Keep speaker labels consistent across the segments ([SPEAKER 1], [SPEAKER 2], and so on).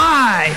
[SPEAKER 1] live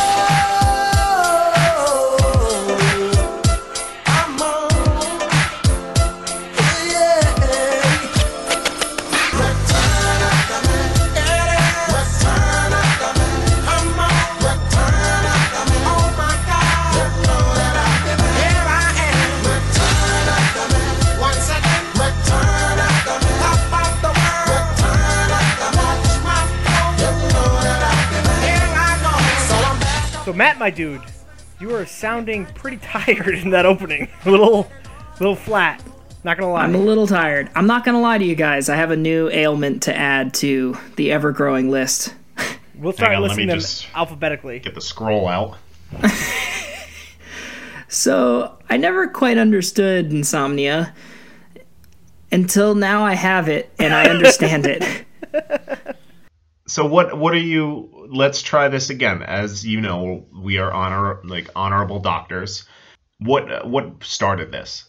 [SPEAKER 1] So Matt, my dude, you are sounding pretty tired in that opening. A little, little flat. Not gonna lie.
[SPEAKER 2] I'm a little tired. I'm not going to lie to you guys. I have a new ailment to add to the ever growing list.
[SPEAKER 1] we'll start
[SPEAKER 3] Hang on, let
[SPEAKER 1] listing
[SPEAKER 3] me
[SPEAKER 1] them
[SPEAKER 3] just-
[SPEAKER 1] alphabetically.
[SPEAKER 3] Get the scroll out.
[SPEAKER 2] So I never quite understood insomnia until now I have it and I understand it.
[SPEAKER 3] So what what are you let's try this again. As you know, we are honor like honorable doctors. What what started this?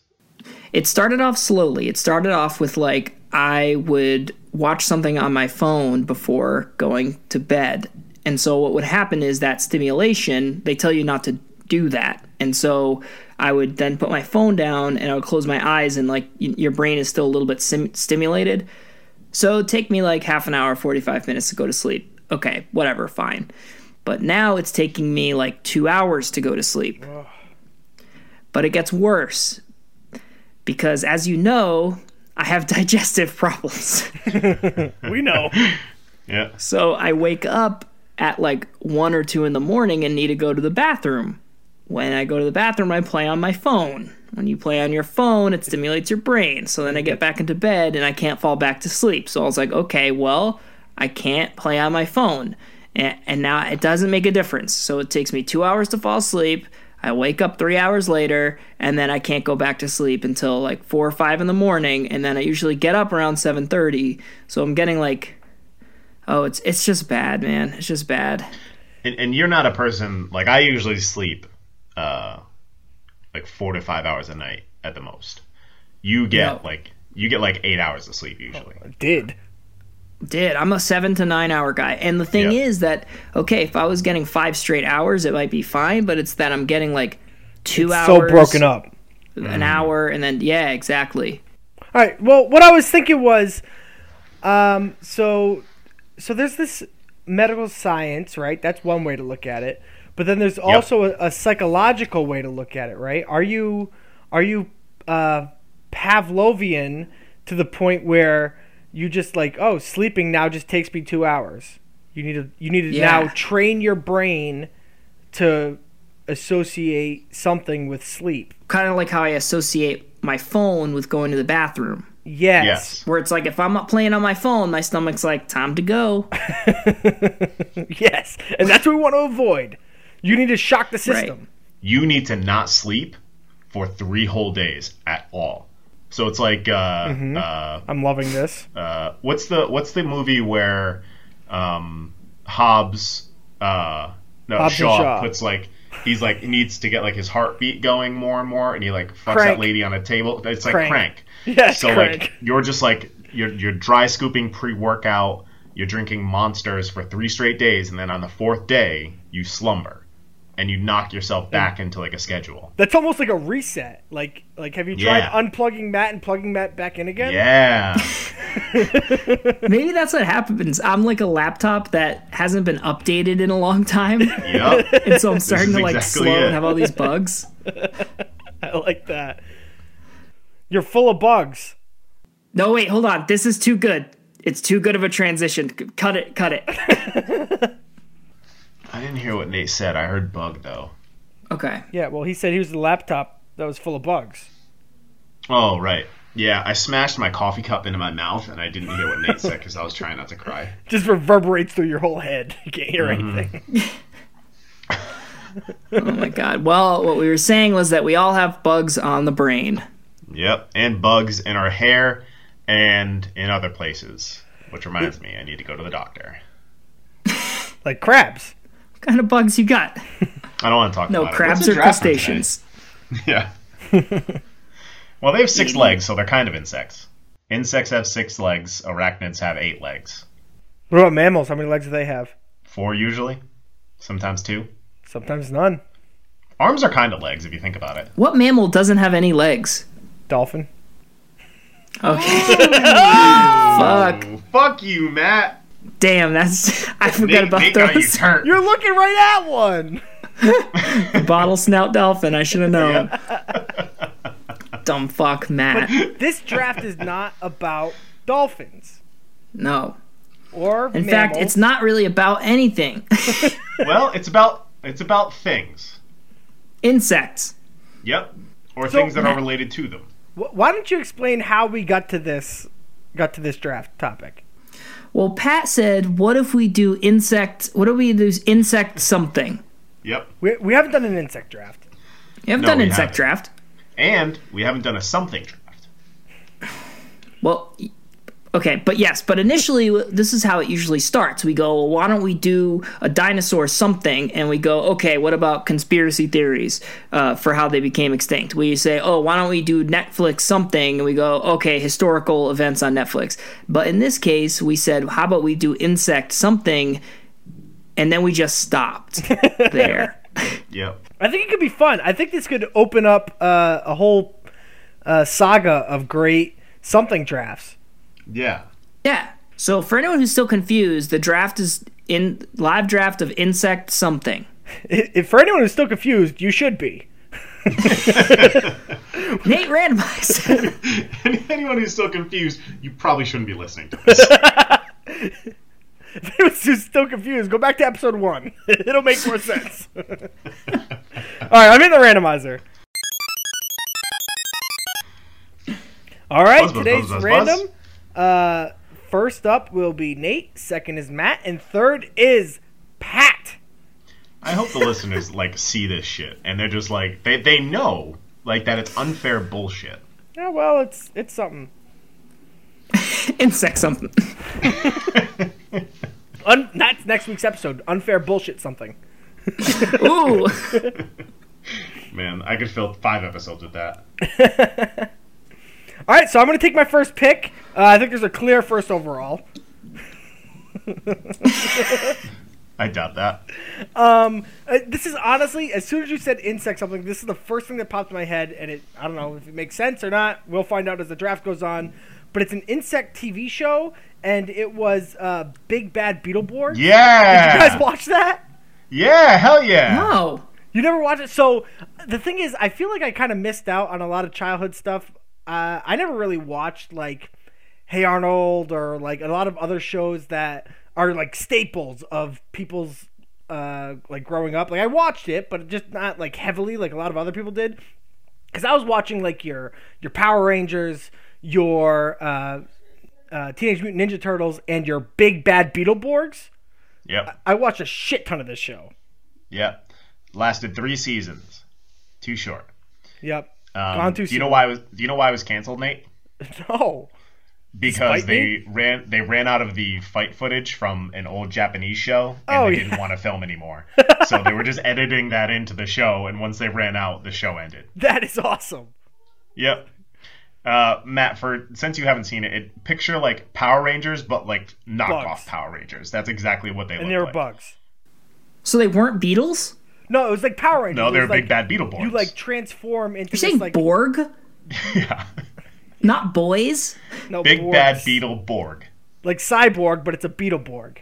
[SPEAKER 2] It started off slowly. It started off with like I would watch something on my phone before going to bed. And so what would happen is that stimulation, they tell you not to do that. And so I would then put my phone down and I would close my eyes and like y- your brain is still a little bit sim- stimulated. So it'd take me like half an hour, 45 minutes to go to sleep. Okay, whatever, fine. But now it's taking me like 2 hours to go to sleep. But it gets worse because as you know, I have digestive problems.
[SPEAKER 1] We know.
[SPEAKER 3] Yeah.
[SPEAKER 2] so I wake up at like one or two in the morning and need to go to the bathroom. When I go to the bathroom, I play on my phone. When you play on your phone, it stimulates your brain. So then I get back into bed and I can't fall back to sleep. So I was like, okay, well, I can't play on my phone. And, and now it doesn't make a difference. So it takes me two hours to fall asleep. I wake up three hours later and then I can't go back to sleep until like four or five in the morning. And then I usually get up around 7.30. So I'm getting like Oh, it's it's just bad, man. It's just bad.
[SPEAKER 3] And and you're not a person like I usually sleep uh like 4 to 5 hours a night at the most. You
[SPEAKER 2] No.
[SPEAKER 3] get like you get like 8 hours of sleep usually.
[SPEAKER 1] Did.
[SPEAKER 2] Did I'm a seven to nine hour guy, and the thing
[SPEAKER 3] Yeah.
[SPEAKER 2] is that okay, if I was getting five straight hours, it might be fine. But it's that I'm getting like two
[SPEAKER 1] So
[SPEAKER 2] hours,
[SPEAKER 1] broken up.
[SPEAKER 2] an hour, and then yeah, exactly.
[SPEAKER 1] All right. Well, what I was thinking was, um, so, so there's this medical science, right? That's one way to look at it. But then there's also a, a psychological way to look at it, right? Are you, are you, uh, Pavlovian to the point where you just like, oh, sleeping now just takes me two hours. You need to, you need to now
[SPEAKER 2] Yeah.
[SPEAKER 1] train your brain to associate something with sleep.
[SPEAKER 2] Kind of like how I associate my phone with going to the bathroom,
[SPEAKER 3] Yes.
[SPEAKER 2] where it's like if I'm not playing on my phone, my stomach's like time to go.
[SPEAKER 1] Yes, and that's what we want to avoid. You need to shock the system.
[SPEAKER 3] you need to not sleep for three whole days at all. So it's like uh, uh,
[SPEAKER 1] I'm loving this.
[SPEAKER 3] uh, what's the what's the movie where um, Hobbs uh, no
[SPEAKER 1] Hobbs and
[SPEAKER 3] Shaw,
[SPEAKER 1] Shaw.
[SPEAKER 3] puts like he's like needs to get like his heartbeat going more and more, and he like fucks
[SPEAKER 1] Crank.
[SPEAKER 3] that lady on a table. It's like
[SPEAKER 1] Crank.
[SPEAKER 3] crank.
[SPEAKER 1] Yes,
[SPEAKER 3] so
[SPEAKER 1] crank.
[SPEAKER 3] like you're just like you're you're dry scooping pre workout. You're drinking monsters for three straight days, and then on the fourth day you slumber, and you knock yourself back into like a schedule.
[SPEAKER 1] That's almost like a reset. Like, like have you tried
[SPEAKER 3] Yeah.
[SPEAKER 1] unplugging Matt and plugging Matt back in again?
[SPEAKER 3] Yeah.
[SPEAKER 2] Maybe that's what happens. I'm like a laptop that hasn't been updated in a long time,
[SPEAKER 3] yep.
[SPEAKER 2] and so I'm starting
[SPEAKER 3] is
[SPEAKER 2] to like
[SPEAKER 3] exactly
[SPEAKER 2] slow
[SPEAKER 3] it.
[SPEAKER 2] and have all these bugs.
[SPEAKER 1] I like that. You're full of bugs.
[SPEAKER 2] No, wait, hold on. This is too good. It's too good of a transition. C- Cut it, cut it.
[SPEAKER 3] I didn't hear what Nate said. I heard bug though.
[SPEAKER 2] Okay.
[SPEAKER 1] Yeah. Well, he said he was the laptop that was full of bugs.
[SPEAKER 3] Oh right. Yeah, I smashed my coffee cup into my mouth, and I didn't hear what Nate said because I was trying not to cry.
[SPEAKER 1] Just reverberates through your whole head. You can't hear
[SPEAKER 3] Mm-hmm.
[SPEAKER 1] anything.
[SPEAKER 2] Oh my god. Well, what we were saying was that we all have bugs on the brain.
[SPEAKER 3] Yep, and bugs in our hair and in other places. Which reminds me, I need to go to the doctor.
[SPEAKER 1] Like crabs.
[SPEAKER 2] What kind of bugs you got?
[SPEAKER 3] I don't want to talk
[SPEAKER 2] No,
[SPEAKER 3] about it. What's
[SPEAKER 2] crabs
[SPEAKER 3] the
[SPEAKER 2] or
[SPEAKER 3] draft on today?
[SPEAKER 2] crustaceans.
[SPEAKER 3] Yeah. Well, they have six legs, so they're kind of insects. Insects have six legs. Arachnids have eight legs.
[SPEAKER 1] What about mammals? How many legs do they have?
[SPEAKER 3] Four usually, sometimes two.
[SPEAKER 1] Sometimes none.
[SPEAKER 3] Arms are kind of legs if you think about it.
[SPEAKER 2] What mammal doesn't have any legs?
[SPEAKER 1] Dolphin.
[SPEAKER 2] Okay.
[SPEAKER 3] Oh!
[SPEAKER 2] Fuck.
[SPEAKER 3] Ooh, fuck you, Matt.
[SPEAKER 2] Damn, that's. I forgot
[SPEAKER 3] Nate,
[SPEAKER 2] about
[SPEAKER 3] Nate got you
[SPEAKER 2] those.
[SPEAKER 3] turned.
[SPEAKER 1] You're looking right at one.
[SPEAKER 2] Bottle snout dolphin. I should have known. Dumb fuck, Matt.
[SPEAKER 1] This draft is not about dolphins
[SPEAKER 2] No.
[SPEAKER 1] or
[SPEAKER 2] In fact, it's not really about anything.
[SPEAKER 3] well, it's about it's about things.
[SPEAKER 2] Insects.
[SPEAKER 3] Yep. Or
[SPEAKER 1] So-
[SPEAKER 3] things that are related to them.
[SPEAKER 1] Why don't you explain how we got to this got to this draft topic?
[SPEAKER 2] Well, Pat said, "What if we do insect? What if we do insect something?"
[SPEAKER 3] Yep.
[SPEAKER 1] We, we haven't done an insect draft.
[SPEAKER 2] You haven't
[SPEAKER 3] No,
[SPEAKER 2] done
[SPEAKER 3] we
[SPEAKER 2] insect
[SPEAKER 3] haven't.
[SPEAKER 2] draft.
[SPEAKER 3] And we haven't done a something draft.
[SPEAKER 2] Well, y- okay, but yes, but initially this is how it usually starts. We go, well, why don't we do a dinosaur something? And we go, okay, what about conspiracy theories uh, for how they became extinct? We say, oh, why don't we do Netflix something? And we go, okay, historical events on Netflix. But in this case, we said, how about we do insect something? And then we just stopped there.
[SPEAKER 3] Yep.
[SPEAKER 1] I think it could be fun. I think this could open up uh, a whole uh, saga of great something drafts.
[SPEAKER 3] Yeah.
[SPEAKER 2] Yeah. So for anyone who's still confused, the draft is in live draft of insect something.
[SPEAKER 1] I if for anyone who's still confused, you should be.
[SPEAKER 2] Nate randomized.
[SPEAKER 3] Anyone who's still confused, you probably shouldn't be listening to this.
[SPEAKER 1] If anyone's who's still confused, go back to episode one. It'll make more sense. All right, I'm in the randomizer. All right,
[SPEAKER 3] Buzz, buzz,
[SPEAKER 1] today's
[SPEAKER 3] buzz, buzz,
[SPEAKER 1] random. Uh, first up will be Nate. Second is Matt, and third is Pat.
[SPEAKER 3] I hope the listeners like see this shit and they're just like they they know like that it's unfair bullshit.
[SPEAKER 1] Yeah, well, it's it's something.
[SPEAKER 2] insect something.
[SPEAKER 1] Un- that's next week's episode. Unfair bullshit. Something.
[SPEAKER 2] Ooh.
[SPEAKER 3] Man, I could fill five episodes with that.
[SPEAKER 1] All right, so I'm gonna take my first pick. Uh, I think there's a clear first overall.
[SPEAKER 3] I doubt that.
[SPEAKER 1] Uh, this is honestly, as soon as you said insect something, this is the first thing that popped in my head, and it I don't know if it makes sense or not. We'll find out as the draft goes on. But it's an insect TV show, and it was uh, Big Bad Beetleborg.
[SPEAKER 3] Yeah.
[SPEAKER 1] You guys watch that?
[SPEAKER 3] yeah, hell yeah.
[SPEAKER 2] Oh.
[SPEAKER 1] You never watch it? So the thing is, I feel like I kind of missed out on a lot of childhood stuff. Uh, I never really watched like Hey Arnold or like a lot of other shows that are like staples of people's uh, like growing up. Like I watched it, but just not like heavily like a lot of other people did. Because I was watching like your your Power Rangers, your uh, uh, Teenage Mutant Ninja Turtles, and your Big Bad Beetleborgs.
[SPEAKER 3] Yep.
[SPEAKER 1] I watched a shit ton of this show.
[SPEAKER 3] Yep. Lasted three seasons. Too short.
[SPEAKER 1] Yep.
[SPEAKER 3] Um,
[SPEAKER 1] Gone too
[SPEAKER 3] do you
[SPEAKER 1] soon.
[SPEAKER 3] know why it was do you know why it was canceled, Nate?
[SPEAKER 1] No.
[SPEAKER 3] Because
[SPEAKER 1] Spite
[SPEAKER 3] they ran they ran out of the fight footage from an old Japanese show and
[SPEAKER 1] Oh,
[SPEAKER 3] they
[SPEAKER 1] yeah.
[SPEAKER 3] didn't want to film anymore. so they were just editing that into the show and once they ran out, the show ended.
[SPEAKER 1] That is awesome.
[SPEAKER 3] Yep. Uh, Matt, for since you haven't seen it, it picture like Power Rangers, but like knockoff
[SPEAKER 1] Bugs.
[SPEAKER 3] Power Rangers. That's exactly what they
[SPEAKER 1] And
[SPEAKER 3] look
[SPEAKER 1] there were
[SPEAKER 3] like.
[SPEAKER 1] bugs.
[SPEAKER 2] So they weren't beetles?
[SPEAKER 1] No, it was like Power Rangers.
[SPEAKER 3] No,
[SPEAKER 1] It
[SPEAKER 3] they're
[SPEAKER 1] was like,
[SPEAKER 3] big bad Beetleborgs.
[SPEAKER 1] You like transform into
[SPEAKER 2] You're saying
[SPEAKER 1] this like
[SPEAKER 2] Borg?
[SPEAKER 3] yeah,
[SPEAKER 2] Not boys?
[SPEAKER 1] no,
[SPEAKER 3] big
[SPEAKER 1] Borgs.
[SPEAKER 3] bad Beetleborg.
[SPEAKER 1] like cyborg, but it's a Beetleborg.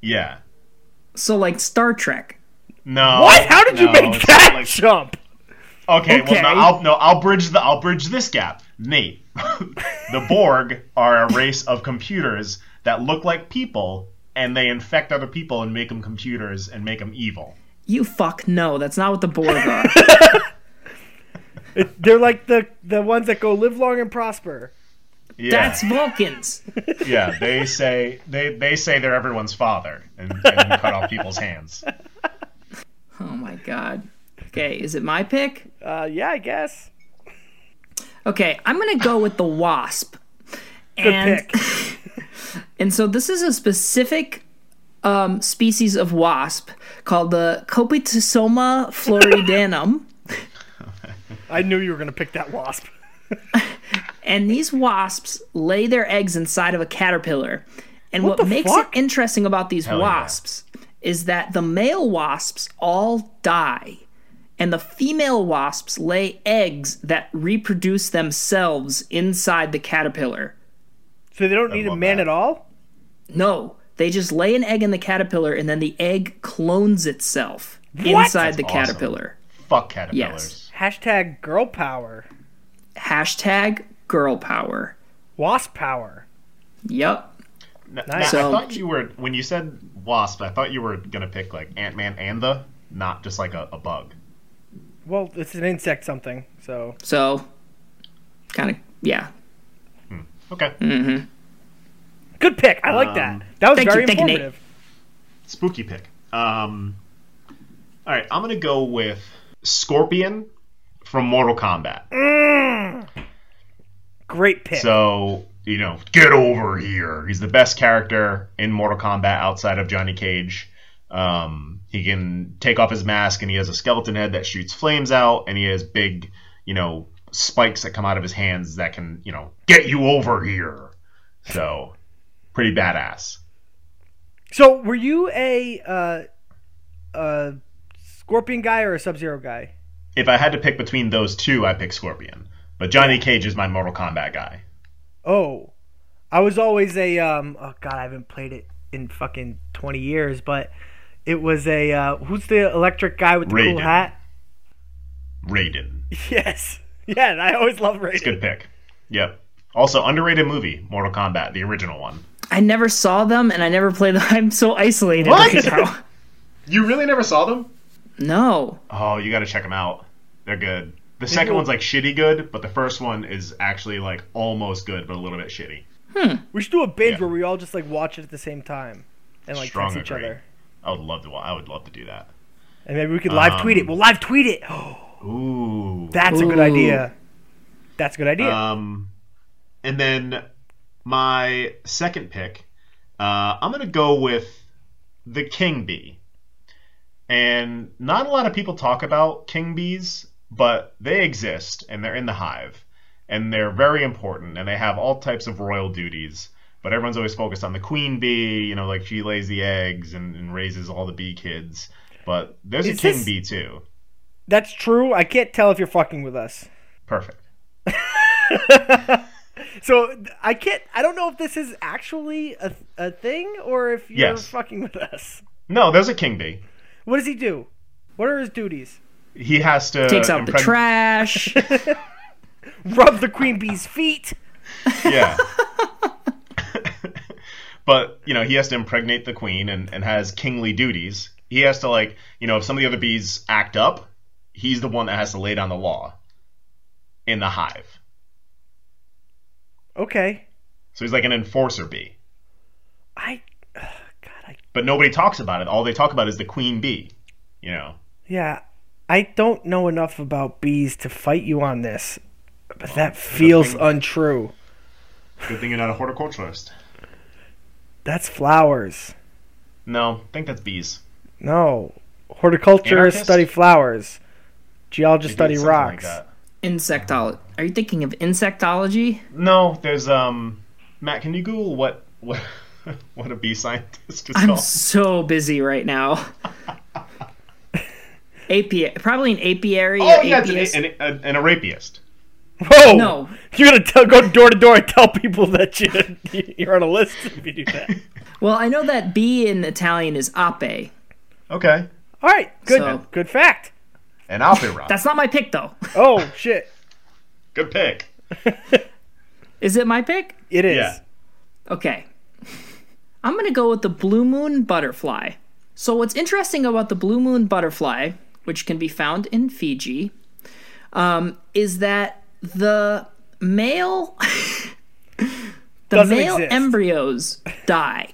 [SPEAKER 3] Yeah.
[SPEAKER 2] So like Star Trek.
[SPEAKER 3] No.
[SPEAKER 1] What? How did you
[SPEAKER 3] Oh, no,
[SPEAKER 1] make
[SPEAKER 3] it's
[SPEAKER 1] that
[SPEAKER 3] like-
[SPEAKER 1] jump?
[SPEAKER 3] okay,
[SPEAKER 2] Okay.
[SPEAKER 3] Well, no, I'll no, I'll bridge the I'll bridge this gap, Nate. the Borg are a race of computers that look like people, and they infect other people and make them computers and make them evil.
[SPEAKER 2] You fuck no, that's not what the Borg are.
[SPEAKER 1] They're like the the ones that go live long and prosper.
[SPEAKER 3] Yeah.
[SPEAKER 2] That's Vulcans.
[SPEAKER 3] Yeah, they say they they say they're everyone's father and, and cut off people's hands.
[SPEAKER 2] Oh my god. Okay, is it my pick?
[SPEAKER 1] Uh, yeah, I guess.
[SPEAKER 2] Okay, I'm gonna go with the wasp. and
[SPEAKER 1] Pick.
[SPEAKER 2] and so this is a specific um, species of wasp called the Copitosoma floridanum.
[SPEAKER 1] I knew you were gonna pick that wasp.
[SPEAKER 2] and these wasps lay their eggs inside of a caterpillar. And what,
[SPEAKER 1] the
[SPEAKER 2] makes
[SPEAKER 1] fuck?
[SPEAKER 2] it interesting about these
[SPEAKER 3] yeah.
[SPEAKER 2] wasps is that the male wasps all die, and the female wasps lay eggs that reproduce themselves inside the caterpillar.
[SPEAKER 1] So they don't need a
[SPEAKER 3] love
[SPEAKER 1] man
[SPEAKER 3] that.
[SPEAKER 1] at all?
[SPEAKER 2] No, they just lay an egg in the caterpillar, and then the egg clones itself inside the
[SPEAKER 3] awesome.
[SPEAKER 2] caterpillar.
[SPEAKER 3] Fuck caterpillars.
[SPEAKER 1] Hashtag girl power.
[SPEAKER 2] Hashtag girl power.
[SPEAKER 1] Wasp power.
[SPEAKER 2] Yup.
[SPEAKER 3] N-
[SPEAKER 1] Nice.
[SPEAKER 3] now,
[SPEAKER 2] So-
[SPEAKER 3] I thought you were when you said wasp. I thought you were gonna pick like Ant Man and the, not just like a, a bug.
[SPEAKER 1] Well, it's an insect something, so
[SPEAKER 2] So, kind of, yeah.
[SPEAKER 3] Okay.
[SPEAKER 1] good pick. I like
[SPEAKER 3] Um,
[SPEAKER 1] that. That was
[SPEAKER 2] thank you,
[SPEAKER 1] very
[SPEAKER 2] thank you, Nate.
[SPEAKER 1] informative.
[SPEAKER 3] Spooky pick. Um, all right, I'm gonna go with Scorpion from Mortal Kombat.
[SPEAKER 1] Great pick.
[SPEAKER 3] So, you know, get over here. He's the best character in Mortal Kombat outside of Johnny Cage. Um, he can take off his mask and he has a skeleton head that shoots flames out and he has big, you know, spikes that come out of his hands that can, you know, get you over here. So, pretty badass.
[SPEAKER 1] So, were you a uh, a scorpion guy or a sub zero guy?
[SPEAKER 3] If I had to pick between those two, I pick Scorpion. But Johnny Cage is my Mortal Kombat guy.
[SPEAKER 1] Oh, I was always a um. Oh God, I haven't played it in fucking twenty years, but it was a uh, who's the electric guy with the cool
[SPEAKER 3] Raiden.
[SPEAKER 1] hat?
[SPEAKER 3] Raiden.
[SPEAKER 1] Yes, yeah, and I always love Raiden.
[SPEAKER 3] Good pick. Yep. Also, underrated movie, Mortal Kombat, the original one.
[SPEAKER 2] I never saw them and I never played them. I'm so isolated
[SPEAKER 3] What?
[SPEAKER 2] right now.
[SPEAKER 3] You really never saw them?
[SPEAKER 2] No.
[SPEAKER 3] Oh, you got to check them out. They're good. The second one's like shitty good, but the first one is actually like almost good, but a little bit shitty.
[SPEAKER 1] We should do a binge
[SPEAKER 3] Yeah.
[SPEAKER 1] where we all just like watch it at the same time and like
[SPEAKER 3] Strong
[SPEAKER 1] text each
[SPEAKER 3] agree.
[SPEAKER 1] other,
[SPEAKER 3] I would love to. wa- I would love to do that.
[SPEAKER 1] and maybe we could live tweet
[SPEAKER 3] Um,
[SPEAKER 1] it. We'll live tweet it.
[SPEAKER 3] Ooh.
[SPEAKER 1] That's a good
[SPEAKER 2] Ooh.
[SPEAKER 1] idea. That's a good idea.
[SPEAKER 3] Um, and then my second pick, uh, I'm gonna go with the king bee. And not a lot of people talk about king bees, but they exist and they're in the hive, and they're very important, and they have all types of royal duties. But everyone's always focused on the queen bee, you know, like she lays the eggs and, and raises all the bee kids. But there's a
[SPEAKER 1] Is
[SPEAKER 3] king
[SPEAKER 1] this-
[SPEAKER 3] bee too.
[SPEAKER 1] That's true. I can't tell if you're fucking with us.
[SPEAKER 3] Perfect.
[SPEAKER 1] So th- I can't. I don't know if this is actually a, a thing or if you're
[SPEAKER 3] Yes.
[SPEAKER 1] fucking with us.
[SPEAKER 3] No, there's a king bee.
[SPEAKER 1] What does he do? What are his duties?
[SPEAKER 3] He has to
[SPEAKER 2] Takes out the
[SPEAKER 3] impreg-
[SPEAKER 2] trash.
[SPEAKER 1] Rub the queen bee's feet.
[SPEAKER 3] Yeah. but, you know, he has to impregnate the queen and, and has kingly duties. He has to, like, you know, if some of the other bees act up, he's the one that has to lay down the law in the hive.
[SPEAKER 1] Okay.
[SPEAKER 3] So he's like an enforcer bee.
[SPEAKER 1] I. ugh, God. I.
[SPEAKER 3] But nobody talks about it. All they talk about is the queen bee, you know.
[SPEAKER 1] Yeah. I don't know enough about bees to fight you on this, but that feels
[SPEAKER 3] thing-
[SPEAKER 1] untrue.
[SPEAKER 3] Good thing you're not a horticulturist.
[SPEAKER 1] That's flowers.
[SPEAKER 3] No, I think that's bees.
[SPEAKER 1] No. Horticulturists
[SPEAKER 3] Anarchist?
[SPEAKER 1] study flowers. Geologists
[SPEAKER 3] They
[SPEAKER 1] study
[SPEAKER 3] do something like
[SPEAKER 1] rocks.
[SPEAKER 3] that.
[SPEAKER 2] Insectology. Are you thinking of insectology?
[SPEAKER 3] No, there's, um, Matt, can you Google what, what, what a bee scientist is
[SPEAKER 2] I'm
[SPEAKER 3] called?
[SPEAKER 2] so busy right now. Api- probably an apiary
[SPEAKER 3] Oh,
[SPEAKER 2] or
[SPEAKER 3] yeah, it's
[SPEAKER 2] apiist.
[SPEAKER 3] an, an, an, a rapiest.
[SPEAKER 1] Whoa!
[SPEAKER 2] No.
[SPEAKER 1] You're gonna tell, go door to door and tell people that you you're on a list if you do that.
[SPEAKER 2] well, I know that bee in Italian is ape.
[SPEAKER 3] Okay.
[SPEAKER 1] All right, good,
[SPEAKER 2] So-
[SPEAKER 1] good fact.
[SPEAKER 3] An opera.
[SPEAKER 2] That's not my pick, though.
[SPEAKER 1] Oh shit,
[SPEAKER 3] Good pick.
[SPEAKER 2] Is it my pick?
[SPEAKER 1] it is.
[SPEAKER 3] Yeah.
[SPEAKER 2] Okay. I'm going to go with the blue moon butterfly. So, what's interesting about the blue moon butterfly, which can be found in Fiji, um, is that the male. the
[SPEAKER 1] Doesn't
[SPEAKER 2] male
[SPEAKER 1] exist.
[SPEAKER 2] embryos die.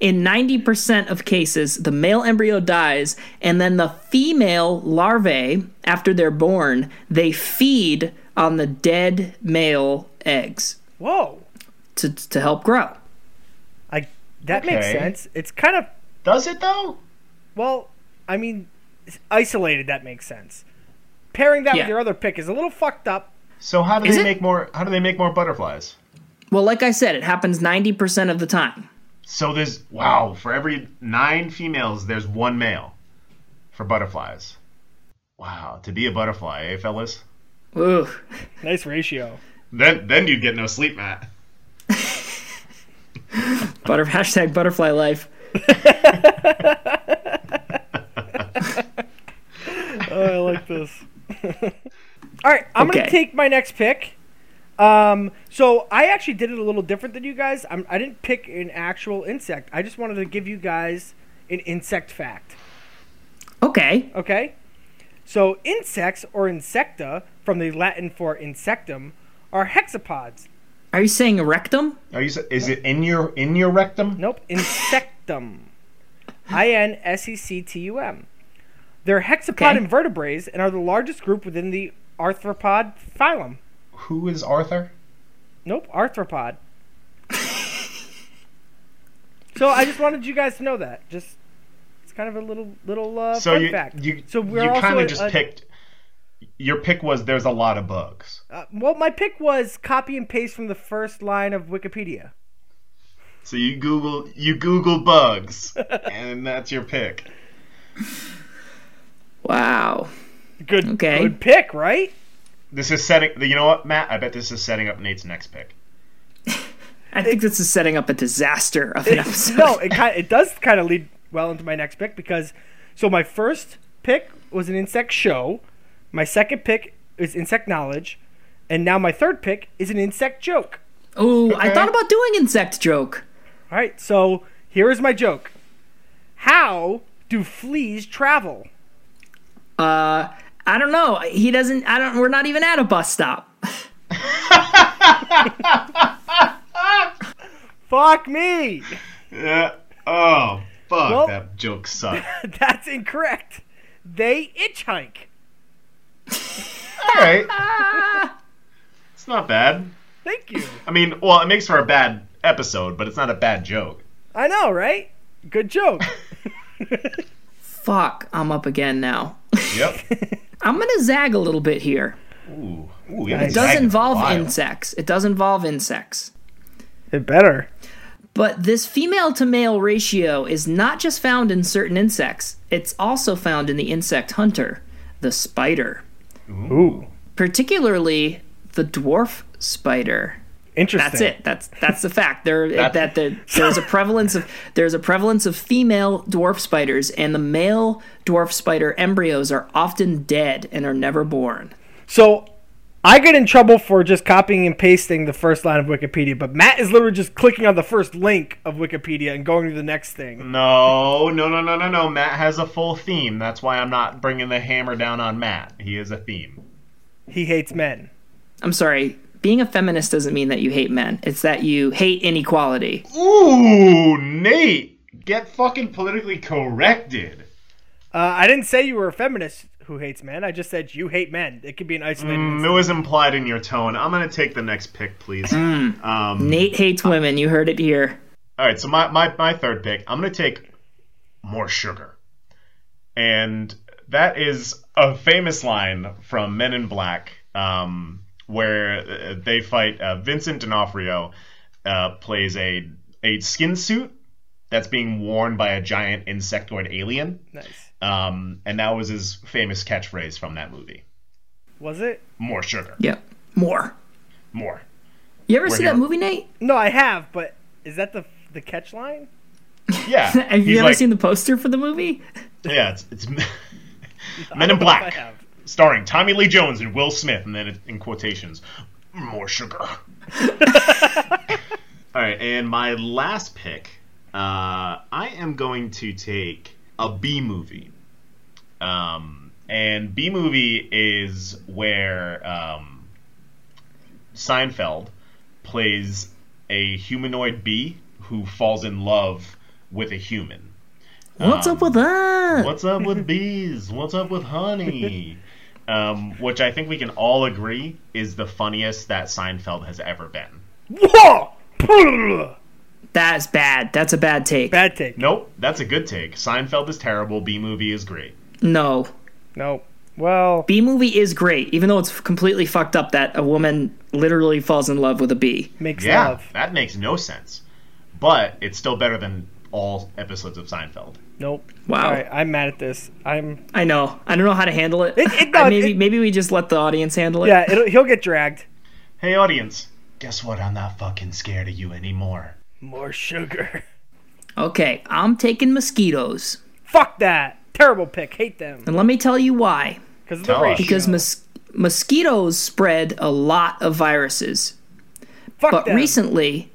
[SPEAKER 2] in 90% of cases, the male embryo dies, and then the female larvae, after they're born, they feed on the dead male eggs
[SPEAKER 1] Whoa,
[SPEAKER 2] to, to help grow.
[SPEAKER 1] I that makes
[SPEAKER 3] Okay.
[SPEAKER 1] sense. It's kind of
[SPEAKER 3] Does it though?
[SPEAKER 1] well, I mean, isolated. That makes sense. pairing that
[SPEAKER 2] Yeah.
[SPEAKER 1] with your other pick is a little fucked up.
[SPEAKER 3] So how do
[SPEAKER 2] Is
[SPEAKER 3] they
[SPEAKER 2] it-
[SPEAKER 3] make more? How do they make more butterflies?
[SPEAKER 2] Well, like I said, it happens 90% of the time.
[SPEAKER 3] So there's wow for every nine females, there's one male for butterflies. Wow, to be a butterfly, eh, fellas?
[SPEAKER 2] Ugh.
[SPEAKER 1] Nice ratio.
[SPEAKER 3] Then then you'd get no sleep, Matt.
[SPEAKER 2] Butter, hashtag butterfly life.
[SPEAKER 1] Oh, I like this. All right, I'm
[SPEAKER 2] Okay.
[SPEAKER 1] gonna take my next pick. Um, so I actually did it a little different than you guys. I'm, I didn't pick an actual insect. I just wanted to give you guys an insect fact.
[SPEAKER 2] Okay.
[SPEAKER 1] Okay. So insects or insecta, from the Latin for insectum, are hexapods.
[SPEAKER 2] Are you saying rectum?
[SPEAKER 3] Are you? s- Is it in your in your rectum?
[SPEAKER 1] Nope, insectum. I N S E C T U M. They're hexapod
[SPEAKER 2] Okay.
[SPEAKER 1] invertebrates and are the largest group within the arthropod phylum.
[SPEAKER 3] Who is Arthur?
[SPEAKER 1] Nope, arthropod. so I just wanted you guys to know that. Just it's kind of a little little uh,
[SPEAKER 3] So
[SPEAKER 1] fun
[SPEAKER 3] you
[SPEAKER 1] fact.
[SPEAKER 3] you
[SPEAKER 1] so we're
[SPEAKER 3] you
[SPEAKER 1] also
[SPEAKER 3] kind
[SPEAKER 1] a-
[SPEAKER 3] of just
[SPEAKER 1] a-
[SPEAKER 3] picked. Your pick was there's a lot of bugs.
[SPEAKER 1] Uh, well, my pick was copy and paste from the first line of Wikipedia.
[SPEAKER 3] So you Google you Google bugs, and that's your pick.
[SPEAKER 2] Wow.
[SPEAKER 1] Good,
[SPEAKER 2] Okay.
[SPEAKER 1] good pick, right?
[SPEAKER 3] This is setting. You know what, Matt? I bet this is setting up Nate's next pick.
[SPEAKER 2] I think this is setting up a disaster of an episode.
[SPEAKER 1] no, it kind it does kind of lead well into my next pick because so my first pick was an insect show, my second pick is insect knowledge, and now my third pick is an insect joke.
[SPEAKER 2] Ooh, I
[SPEAKER 3] Okay.
[SPEAKER 2] thought about doing insect joke.
[SPEAKER 1] All right, so here is my joke. How do fleas travel?
[SPEAKER 2] Uh, I don't know. He doesn't. I don't. We're not even at a bus stop.
[SPEAKER 1] Fuck me.
[SPEAKER 3] Yeah. Oh fuck,
[SPEAKER 1] Well-
[SPEAKER 3] that joke sucked.
[SPEAKER 1] That's incorrect. They hitchhike.
[SPEAKER 3] All right. it's not bad.
[SPEAKER 1] Thank you.
[SPEAKER 3] I mean, well, it makes for a bad episode, but it's not a bad joke.
[SPEAKER 1] I know, right? Good joke.
[SPEAKER 2] Fuck. I'm up again now.
[SPEAKER 3] Yep.
[SPEAKER 2] I'm gonna zag a little bit here.
[SPEAKER 3] Ooh. Ooh, we haven't
[SPEAKER 1] It
[SPEAKER 2] It does
[SPEAKER 3] zagged in a
[SPEAKER 2] involve
[SPEAKER 3] while.
[SPEAKER 2] insects. It does involve insects.
[SPEAKER 1] It better.
[SPEAKER 2] But this female to male ratio is not just found in certain insects, it's also found in the insect hunter, the spider,
[SPEAKER 1] Ooh,
[SPEAKER 2] particularly the dwarf spider.
[SPEAKER 1] interesting.
[SPEAKER 2] That's it. That's that's the fact. There
[SPEAKER 3] That-
[SPEAKER 2] that, there- there's a prevalence of there's a prevalence of female dwarf spiders and the male dwarf spider embryos are often dead and are never born.
[SPEAKER 1] So I get in trouble for just copying and pasting the first line of Wikipedia, but Matt is literally just clicking on the first link of Wikipedia and going to the next thing.
[SPEAKER 3] Mm. No, no, no, no, no, no. Matt has a full theme. That's why I'm not bringing the hammer down on Matt. He is a theme.
[SPEAKER 1] He hates men.
[SPEAKER 2] I'm sorry. Being a feminist doesn't mean that you hate men. It's that you hate inequality.
[SPEAKER 3] Ooh, Nate, get fucking politically corrected.
[SPEAKER 1] Uh, I didn't say you were a feminist who hates men. I just said you hate men. It could be an isolated.
[SPEAKER 3] Mm, it was implied in your tone. I'm gonna take the next pick, please. Um,
[SPEAKER 2] Nate hates women. You heard it here.
[SPEAKER 3] All right, so my, my, my third pick, I'm going to take more sugar. And that is a famous line from Men in Black, um, where uh, they fight. Uh, Vincent D'Onofrio uh, plays a, a skin suit that's being worn by a giant insectoid alien.
[SPEAKER 1] Nice.
[SPEAKER 3] Um, and that was his famous catchphrase from that movie
[SPEAKER 1] Was it?
[SPEAKER 3] More sugar.
[SPEAKER 2] Yep. More.
[SPEAKER 3] More.
[SPEAKER 2] You ever see
[SPEAKER 3] here.
[SPEAKER 2] that movie, Nate?
[SPEAKER 1] No, I have, but is that the the catch line?
[SPEAKER 3] Yeah.
[SPEAKER 2] Have you
[SPEAKER 3] He's
[SPEAKER 2] ever
[SPEAKER 3] like-
[SPEAKER 2] seen the poster for the movie?
[SPEAKER 3] Yeah, it's, it's Men in
[SPEAKER 1] I
[SPEAKER 3] Black.
[SPEAKER 1] have.
[SPEAKER 3] starring Tommy Lee Jones and Will Smith, and then it- in quotations, more sugar. All right, and my last pick, uh, I am going to take a B movie. Um, and B movie is where um, Seinfeld plays a humanoid bee who falls in love with a human.
[SPEAKER 2] What's
[SPEAKER 3] Um,
[SPEAKER 2] up with that?
[SPEAKER 3] What's up with bees? What's up with honey? Um, which I think we can all agree is the funniest that Seinfeld has ever been.
[SPEAKER 1] Whoa!
[SPEAKER 2] That's bad. That's a bad take.
[SPEAKER 1] Bad take.
[SPEAKER 3] Nope, that's a good take. Seinfeld is terrible. B movie is great.
[SPEAKER 2] No.
[SPEAKER 1] No. Well,
[SPEAKER 2] Bee movie is great, even though it's completely fucked up that a woman literally falls in love with a bee.
[SPEAKER 1] makes
[SPEAKER 3] yeah,
[SPEAKER 1] love.
[SPEAKER 3] that makes no sense. But it's still better than all episodes of Seinfeld.
[SPEAKER 1] Nope.
[SPEAKER 2] Wow.
[SPEAKER 1] All right, I'm mad at this. I'm.
[SPEAKER 2] I know. I don't know how to handle it.
[SPEAKER 1] It- it-
[SPEAKER 2] I-
[SPEAKER 1] no,
[SPEAKER 2] maybe
[SPEAKER 1] it-
[SPEAKER 2] maybe we just let the audience handle it.
[SPEAKER 1] Yeah, it'll, he'll get dragged.
[SPEAKER 3] Hey, audience, guess what? I'm not fucking scared of you anymore.
[SPEAKER 1] More sugar.
[SPEAKER 2] Okay, I'm taking mosquitoes,
[SPEAKER 1] Fuck that. Terrible pick. Hate them
[SPEAKER 2] and let me tell you why.
[SPEAKER 1] because of the
[SPEAKER 3] Tell us.
[SPEAKER 1] ratio.
[SPEAKER 2] Because mos- mosquitoes spread a lot of viruses,
[SPEAKER 1] Fuck
[SPEAKER 2] but
[SPEAKER 1] them.
[SPEAKER 2] recently,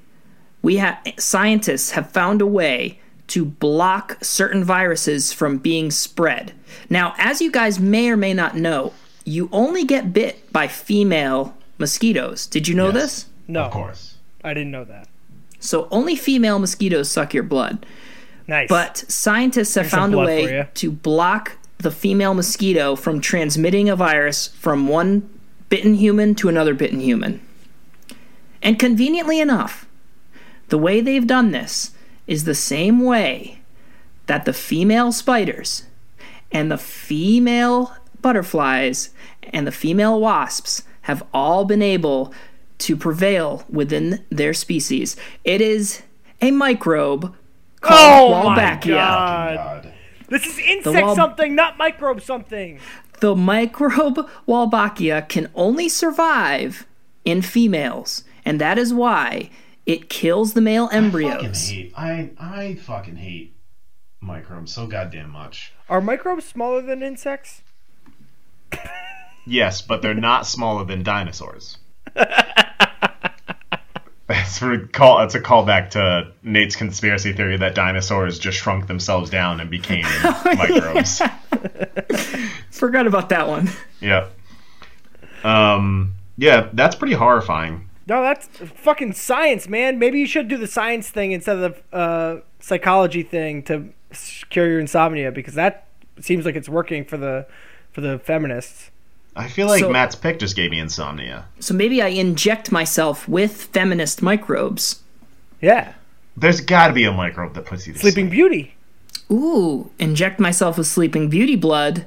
[SPEAKER 2] we ha- scientists have found a way to block certain viruses from being spread. Now, as you guys may or may not know, you only get bit by female mosquitoes. Did you know
[SPEAKER 3] Yes.
[SPEAKER 2] this?
[SPEAKER 1] no,
[SPEAKER 3] Of course.
[SPEAKER 1] I didn't know that.
[SPEAKER 2] So only female mosquitoes suck your blood.
[SPEAKER 1] Nice.
[SPEAKER 2] But scientists have
[SPEAKER 1] some
[SPEAKER 2] found a
[SPEAKER 1] blood for ya.
[SPEAKER 2] way to block the female mosquito from transmitting a virus from one bitten human to another bitten human. And conveniently enough, the way they've done this is the same way that the female spiders and the female butterflies and the female wasps have all been able to prevail within their species. It is a microbe
[SPEAKER 1] oh
[SPEAKER 2] called
[SPEAKER 1] my
[SPEAKER 2] Wolbachia.
[SPEAKER 1] god,
[SPEAKER 3] God.
[SPEAKER 1] this is insect
[SPEAKER 2] wall-
[SPEAKER 1] something, not microbe something.
[SPEAKER 2] The microbe Wolbachia can only survive in females, and that is why it kills the male
[SPEAKER 3] fucking
[SPEAKER 2] embryos.
[SPEAKER 3] hate. I I fucking hate microbes so goddamn much.
[SPEAKER 1] Are microbes smaller than insects?
[SPEAKER 3] Yes, but they're not smaller than dinosaurs. That's a call. That's a callback to Nate's conspiracy theory that dinosaurs just shrunk themselves down and became microbes.
[SPEAKER 2] Forgot about that one.
[SPEAKER 3] Yeah. Um. Yeah, that's pretty horrifying.
[SPEAKER 1] No, that's fucking science, man. Maybe you should do the science thing instead of the uh, psychology thing to s- cure your insomnia because that seems like it's working for the for the feminists.
[SPEAKER 3] I feel like
[SPEAKER 2] So-
[SPEAKER 3] Matt's pick just gave me insomnia.
[SPEAKER 2] So maybe I inject myself with feminist microbes.
[SPEAKER 1] Yeah,
[SPEAKER 3] There's got to be a microbe that puts you to
[SPEAKER 1] Sleeping
[SPEAKER 3] sleep.
[SPEAKER 1] Beauty.
[SPEAKER 2] Ooh, inject myself with Sleeping Beauty blood.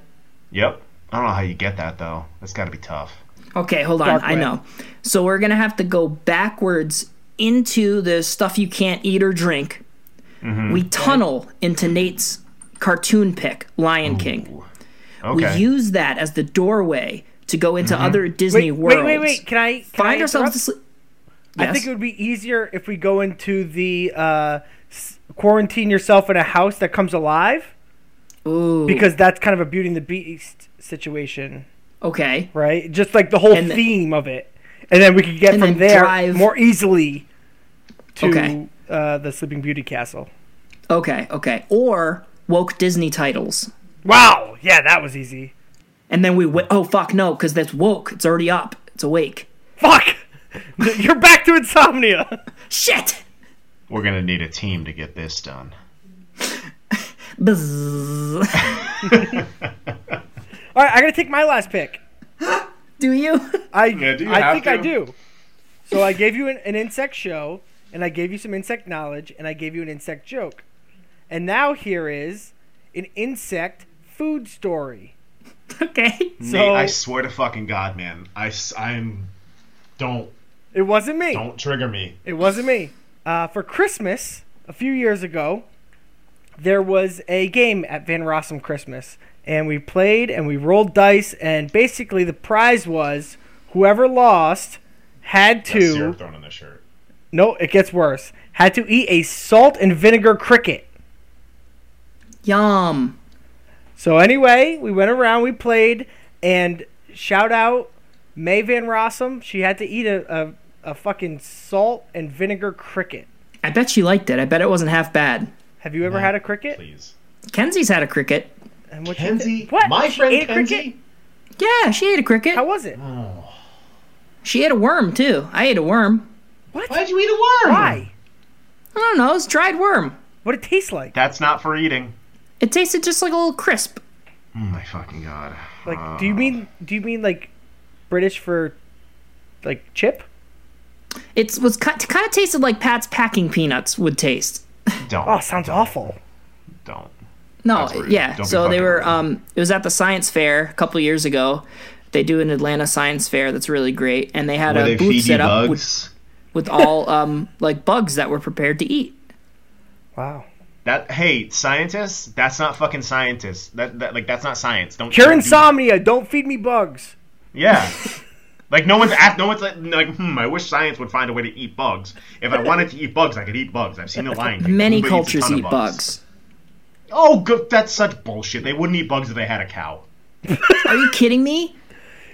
[SPEAKER 3] Yep. I don't know how you get that though. That's got to be tough.
[SPEAKER 2] Okay, hold on.
[SPEAKER 1] Dark
[SPEAKER 2] I
[SPEAKER 1] web.
[SPEAKER 2] know. So we're gonna have to go backwards into the stuff you can't eat or drink. We tunnel into Nate's cartoon pick, Lion King.
[SPEAKER 3] Okay.
[SPEAKER 2] We use that as the doorway to go into other Disney
[SPEAKER 1] Mm-hmm. Wait, wait,
[SPEAKER 2] worlds.
[SPEAKER 1] wait, wait. Can I can
[SPEAKER 2] Find
[SPEAKER 1] I
[SPEAKER 2] ourselves
[SPEAKER 1] interrupt?
[SPEAKER 2] to sleep.
[SPEAKER 1] I think it would be easier if we go into the uh, s- quarantine yourself in a house that comes alive
[SPEAKER 2] Ooh,
[SPEAKER 1] because that's kind of a Beauty and the Beast situation,
[SPEAKER 2] okay.
[SPEAKER 1] right? Just like the whole
[SPEAKER 2] And the-
[SPEAKER 1] theme of it, and then we could get
[SPEAKER 2] And
[SPEAKER 1] from
[SPEAKER 2] then
[SPEAKER 1] there
[SPEAKER 2] drive-
[SPEAKER 1] more easily to
[SPEAKER 2] Okay.
[SPEAKER 1] uh, the Sleeping Beauty castle.
[SPEAKER 2] Okay, okay. Or woke Disney titles.
[SPEAKER 1] Wow, yeah, that was easy.
[SPEAKER 2] And then we w- oh fuck no, cuz that's woke. It's already up. It's awake.
[SPEAKER 1] Fuck, you're back to insomnia.
[SPEAKER 2] Shit.
[SPEAKER 3] We're gonna need a team to get this done.
[SPEAKER 2] Bzzz.
[SPEAKER 1] All right, I gotta take my last pick.
[SPEAKER 2] Do you?
[SPEAKER 1] I
[SPEAKER 3] do you
[SPEAKER 1] I
[SPEAKER 3] have
[SPEAKER 1] think I
[SPEAKER 3] to?
[SPEAKER 1] do. So I gave you an, an insect show, and I gave you some insect knowledge, and I gave you an insect joke, and now here is an insect food story.
[SPEAKER 2] okay.
[SPEAKER 1] So-
[SPEAKER 3] Nate, I swear to fucking God, man. I, am Don't.
[SPEAKER 1] It wasn't me.
[SPEAKER 3] Don't trigger me.
[SPEAKER 1] It wasn't me. Uh, for Christmas a few years ago, there was a game at Van Rossum Christmas, and we played and we rolled dice, and basically the prize was whoever lost had
[SPEAKER 3] Got
[SPEAKER 1] to
[SPEAKER 3] syrup thrown in the shirt.
[SPEAKER 1] no, it gets worse. Had to eat a salt and vinegar cricket.
[SPEAKER 2] Yum.
[SPEAKER 1] So anyway, we went around, we played, and shout out May Van Rossum. She had to eat a, a, a fucking salt and vinegar cricket.
[SPEAKER 2] I bet she liked it. I bet it wasn't half bad.
[SPEAKER 1] Have you ever had a cricket?
[SPEAKER 3] Please.
[SPEAKER 2] Kenzie's had a cricket.
[SPEAKER 1] And what
[SPEAKER 3] Kenzie.
[SPEAKER 1] What?
[SPEAKER 3] My
[SPEAKER 1] She
[SPEAKER 3] friend
[SPEAKER 1] ate a cricket?
[SPEAKER 3] Kenzie.
[SPEAKER 2] Yeah, she ate a cricket.
[SPEAKER 1] How was it?
[SPEAKER 2] she ate a worm too. I ate a worm.
[SPEAKER 3] Why'd you eat a worm?
[SPEAKER 1] Why?
[SPEAKER 2] I don't know. It's dried worm.
[SPEAKER 1] What it tastes like?
[SPEAKER 3] That's not for eating.
[SPEAKER 2] It tasted just like a little crisp.
[SPEAKER 3] Oh my fucking God.
[SPEAKER 1] Like, do you mean do you mean like British for like chip?
[SPEAKER 2] It was kind of tasted like Pat's packing peanuts would taste.
[SPEAKER 3] Don't.
[SPEAKER 1] Oh, sounds awful.
[SPEAKER 3] Don't.
[SPEAKER 2] No,
[SPEAKER 3] That's rude.
[SPEAKER 2] yeah.
[SPEAKER 3] Don't be
[SPEAKER 2] So they
[SPEAKER 3] fucking
[SPEAKER 2] were.
[SPEAKER 3] rude.
[SPEAKER 2] Um, it was at the science fair a couple years ago. They do an Atlanta science fair that's really great, and they had
[SPEAKER 3] Where
[SPEAKER 2] a
[SPEAKER 3] they
[SPEAKER 2] booth
[SPEAKER 3] feed you
[SPEAKER 2] set up with,
[SPEAKER 3] E bugs.
[SPEAKER 2] with all um like bugs that were prepared to eat.
[SPEAKER 1] Wow.
[SPEAKER 3] That hey, scientists, that's not fucking scientists. That, that like that's not science. Don't
[SPEAKER 1] Cure
[SPEAKER 3] don't do that.
[SPEAKER 1] insomnia. Don't feed me bugs.
[SPEAKER 3] Yeah. Like no one's at, no one's like, like hmm, I wish science would find a way to eat bugs. If I wanted to eat bugs, I could eat bugs. I've seen the Lion King.
[SPEAKER 2] Many
[SPEAKER 3] Pumbaa eats a
[SPEAKER 2] cultures
[SPEAKER 3] ton of
[SPEAKER 2] eat bugs.
[SPEAKER 3] Oh, good. That's such bullshit. They wouldn't eat bugs if they had a cow.
[SPEAKER 2] Are you kidding me?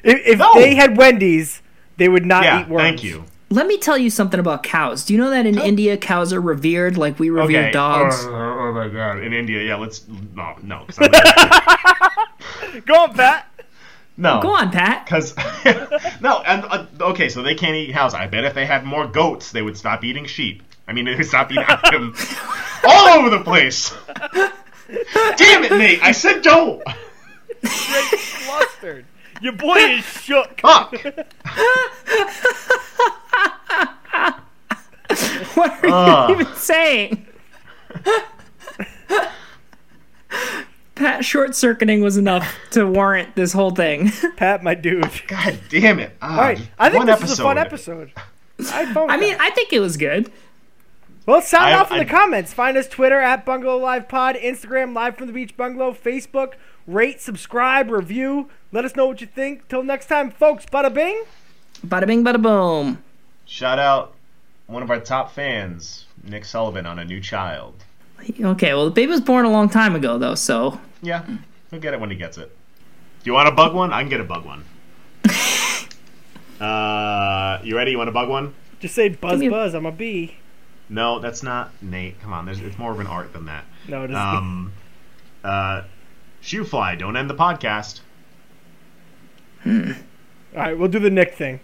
[SPEAKER 1] If, if
[SPEAKER 3] No.
[SPEAKER 1] they had Wendy's, they would not
[SPEAKER 3] Yeah,
[SPEAKER 1] eat worms.
[SPEAKER 3] thank you.
[SPEAKER 2] Let me tell you something about cows. Do you know that in India cows are revered like we revere
[SPEAKER 3] Okay.
[SPEAKER 2] dogs?
[SPEAKER 3] Oh, oh my god. In India, yeah. Let's no, no. 'cause I'm not-
[SPEAKER 1] Go on, Pat.
[SPEAKER 3] no.
[SPEAKER 2] Go on, Pat.
[SPEAKER 3] Because no, and uh, okay, so they can't eat cows. I bet if they had more goats, they would stop eating sheep. I mean, they would stop eating them all over the place. Damn it, Nate! I said goat.
[SPEAKER 1] Flustered. Your boy is shook.
[SPEAKER 3] Fuck.
[SPEAKER 2] What are
[SPEAKER 3] Ugh.
[SPEAKER 2] you even saying? Pat short circuiting was enough to warrant this whole thing.
[SPEAKER 1] Pat, my dude.
[SPEAKER 3] God damn it. Ah,
[SPEAKER 1] All right. I think
[SPEAKER 3] one
[SPEAKER 1] this is a fun episode. I,
[SPEAKER 2] I mean, I think it was good.
[SPEAKER 1] well, sound
[SPEAKER 3] I-
[SPEAKER 1] off in
[SPEAKER 3] I-
[SPEAKER 1] the comments. Find us Twitter at Bungalow Live Pod, Instagram Live from the Beach Bungalow, Facebook. Rate, subscribe, review. Let us know what you think. Till next time, folks. Bada bing.
[SPEAKER 2] Bada bing, bada boom.
[SPEAKER 3] Shout out one of our top fans, Nick Sullivan, on a new child.
[SPEAKER 2] Okay, well, the baby was born a long time ago, though, so
[SPEAKER 3] Yeah, he'll get it when he gets it. Do you want a bug one? I can get a bug one. uh, you ready? You want a bug one?
[SPEAKER 1] Just say buzz,
[SPEAKER 2] me a-
[SPEAKER 1] buzz. I'm a bee.
[SPEAKER 3] No, that's not Nate. Come on, there's, it's more of an art than that.
[SPEAKER 1] No, it isn't.
[SPEAKER 3] Um, uh, shoe fly, don't end the podcast.
[SPEAKER 1] All right, we'll do the Nick thing.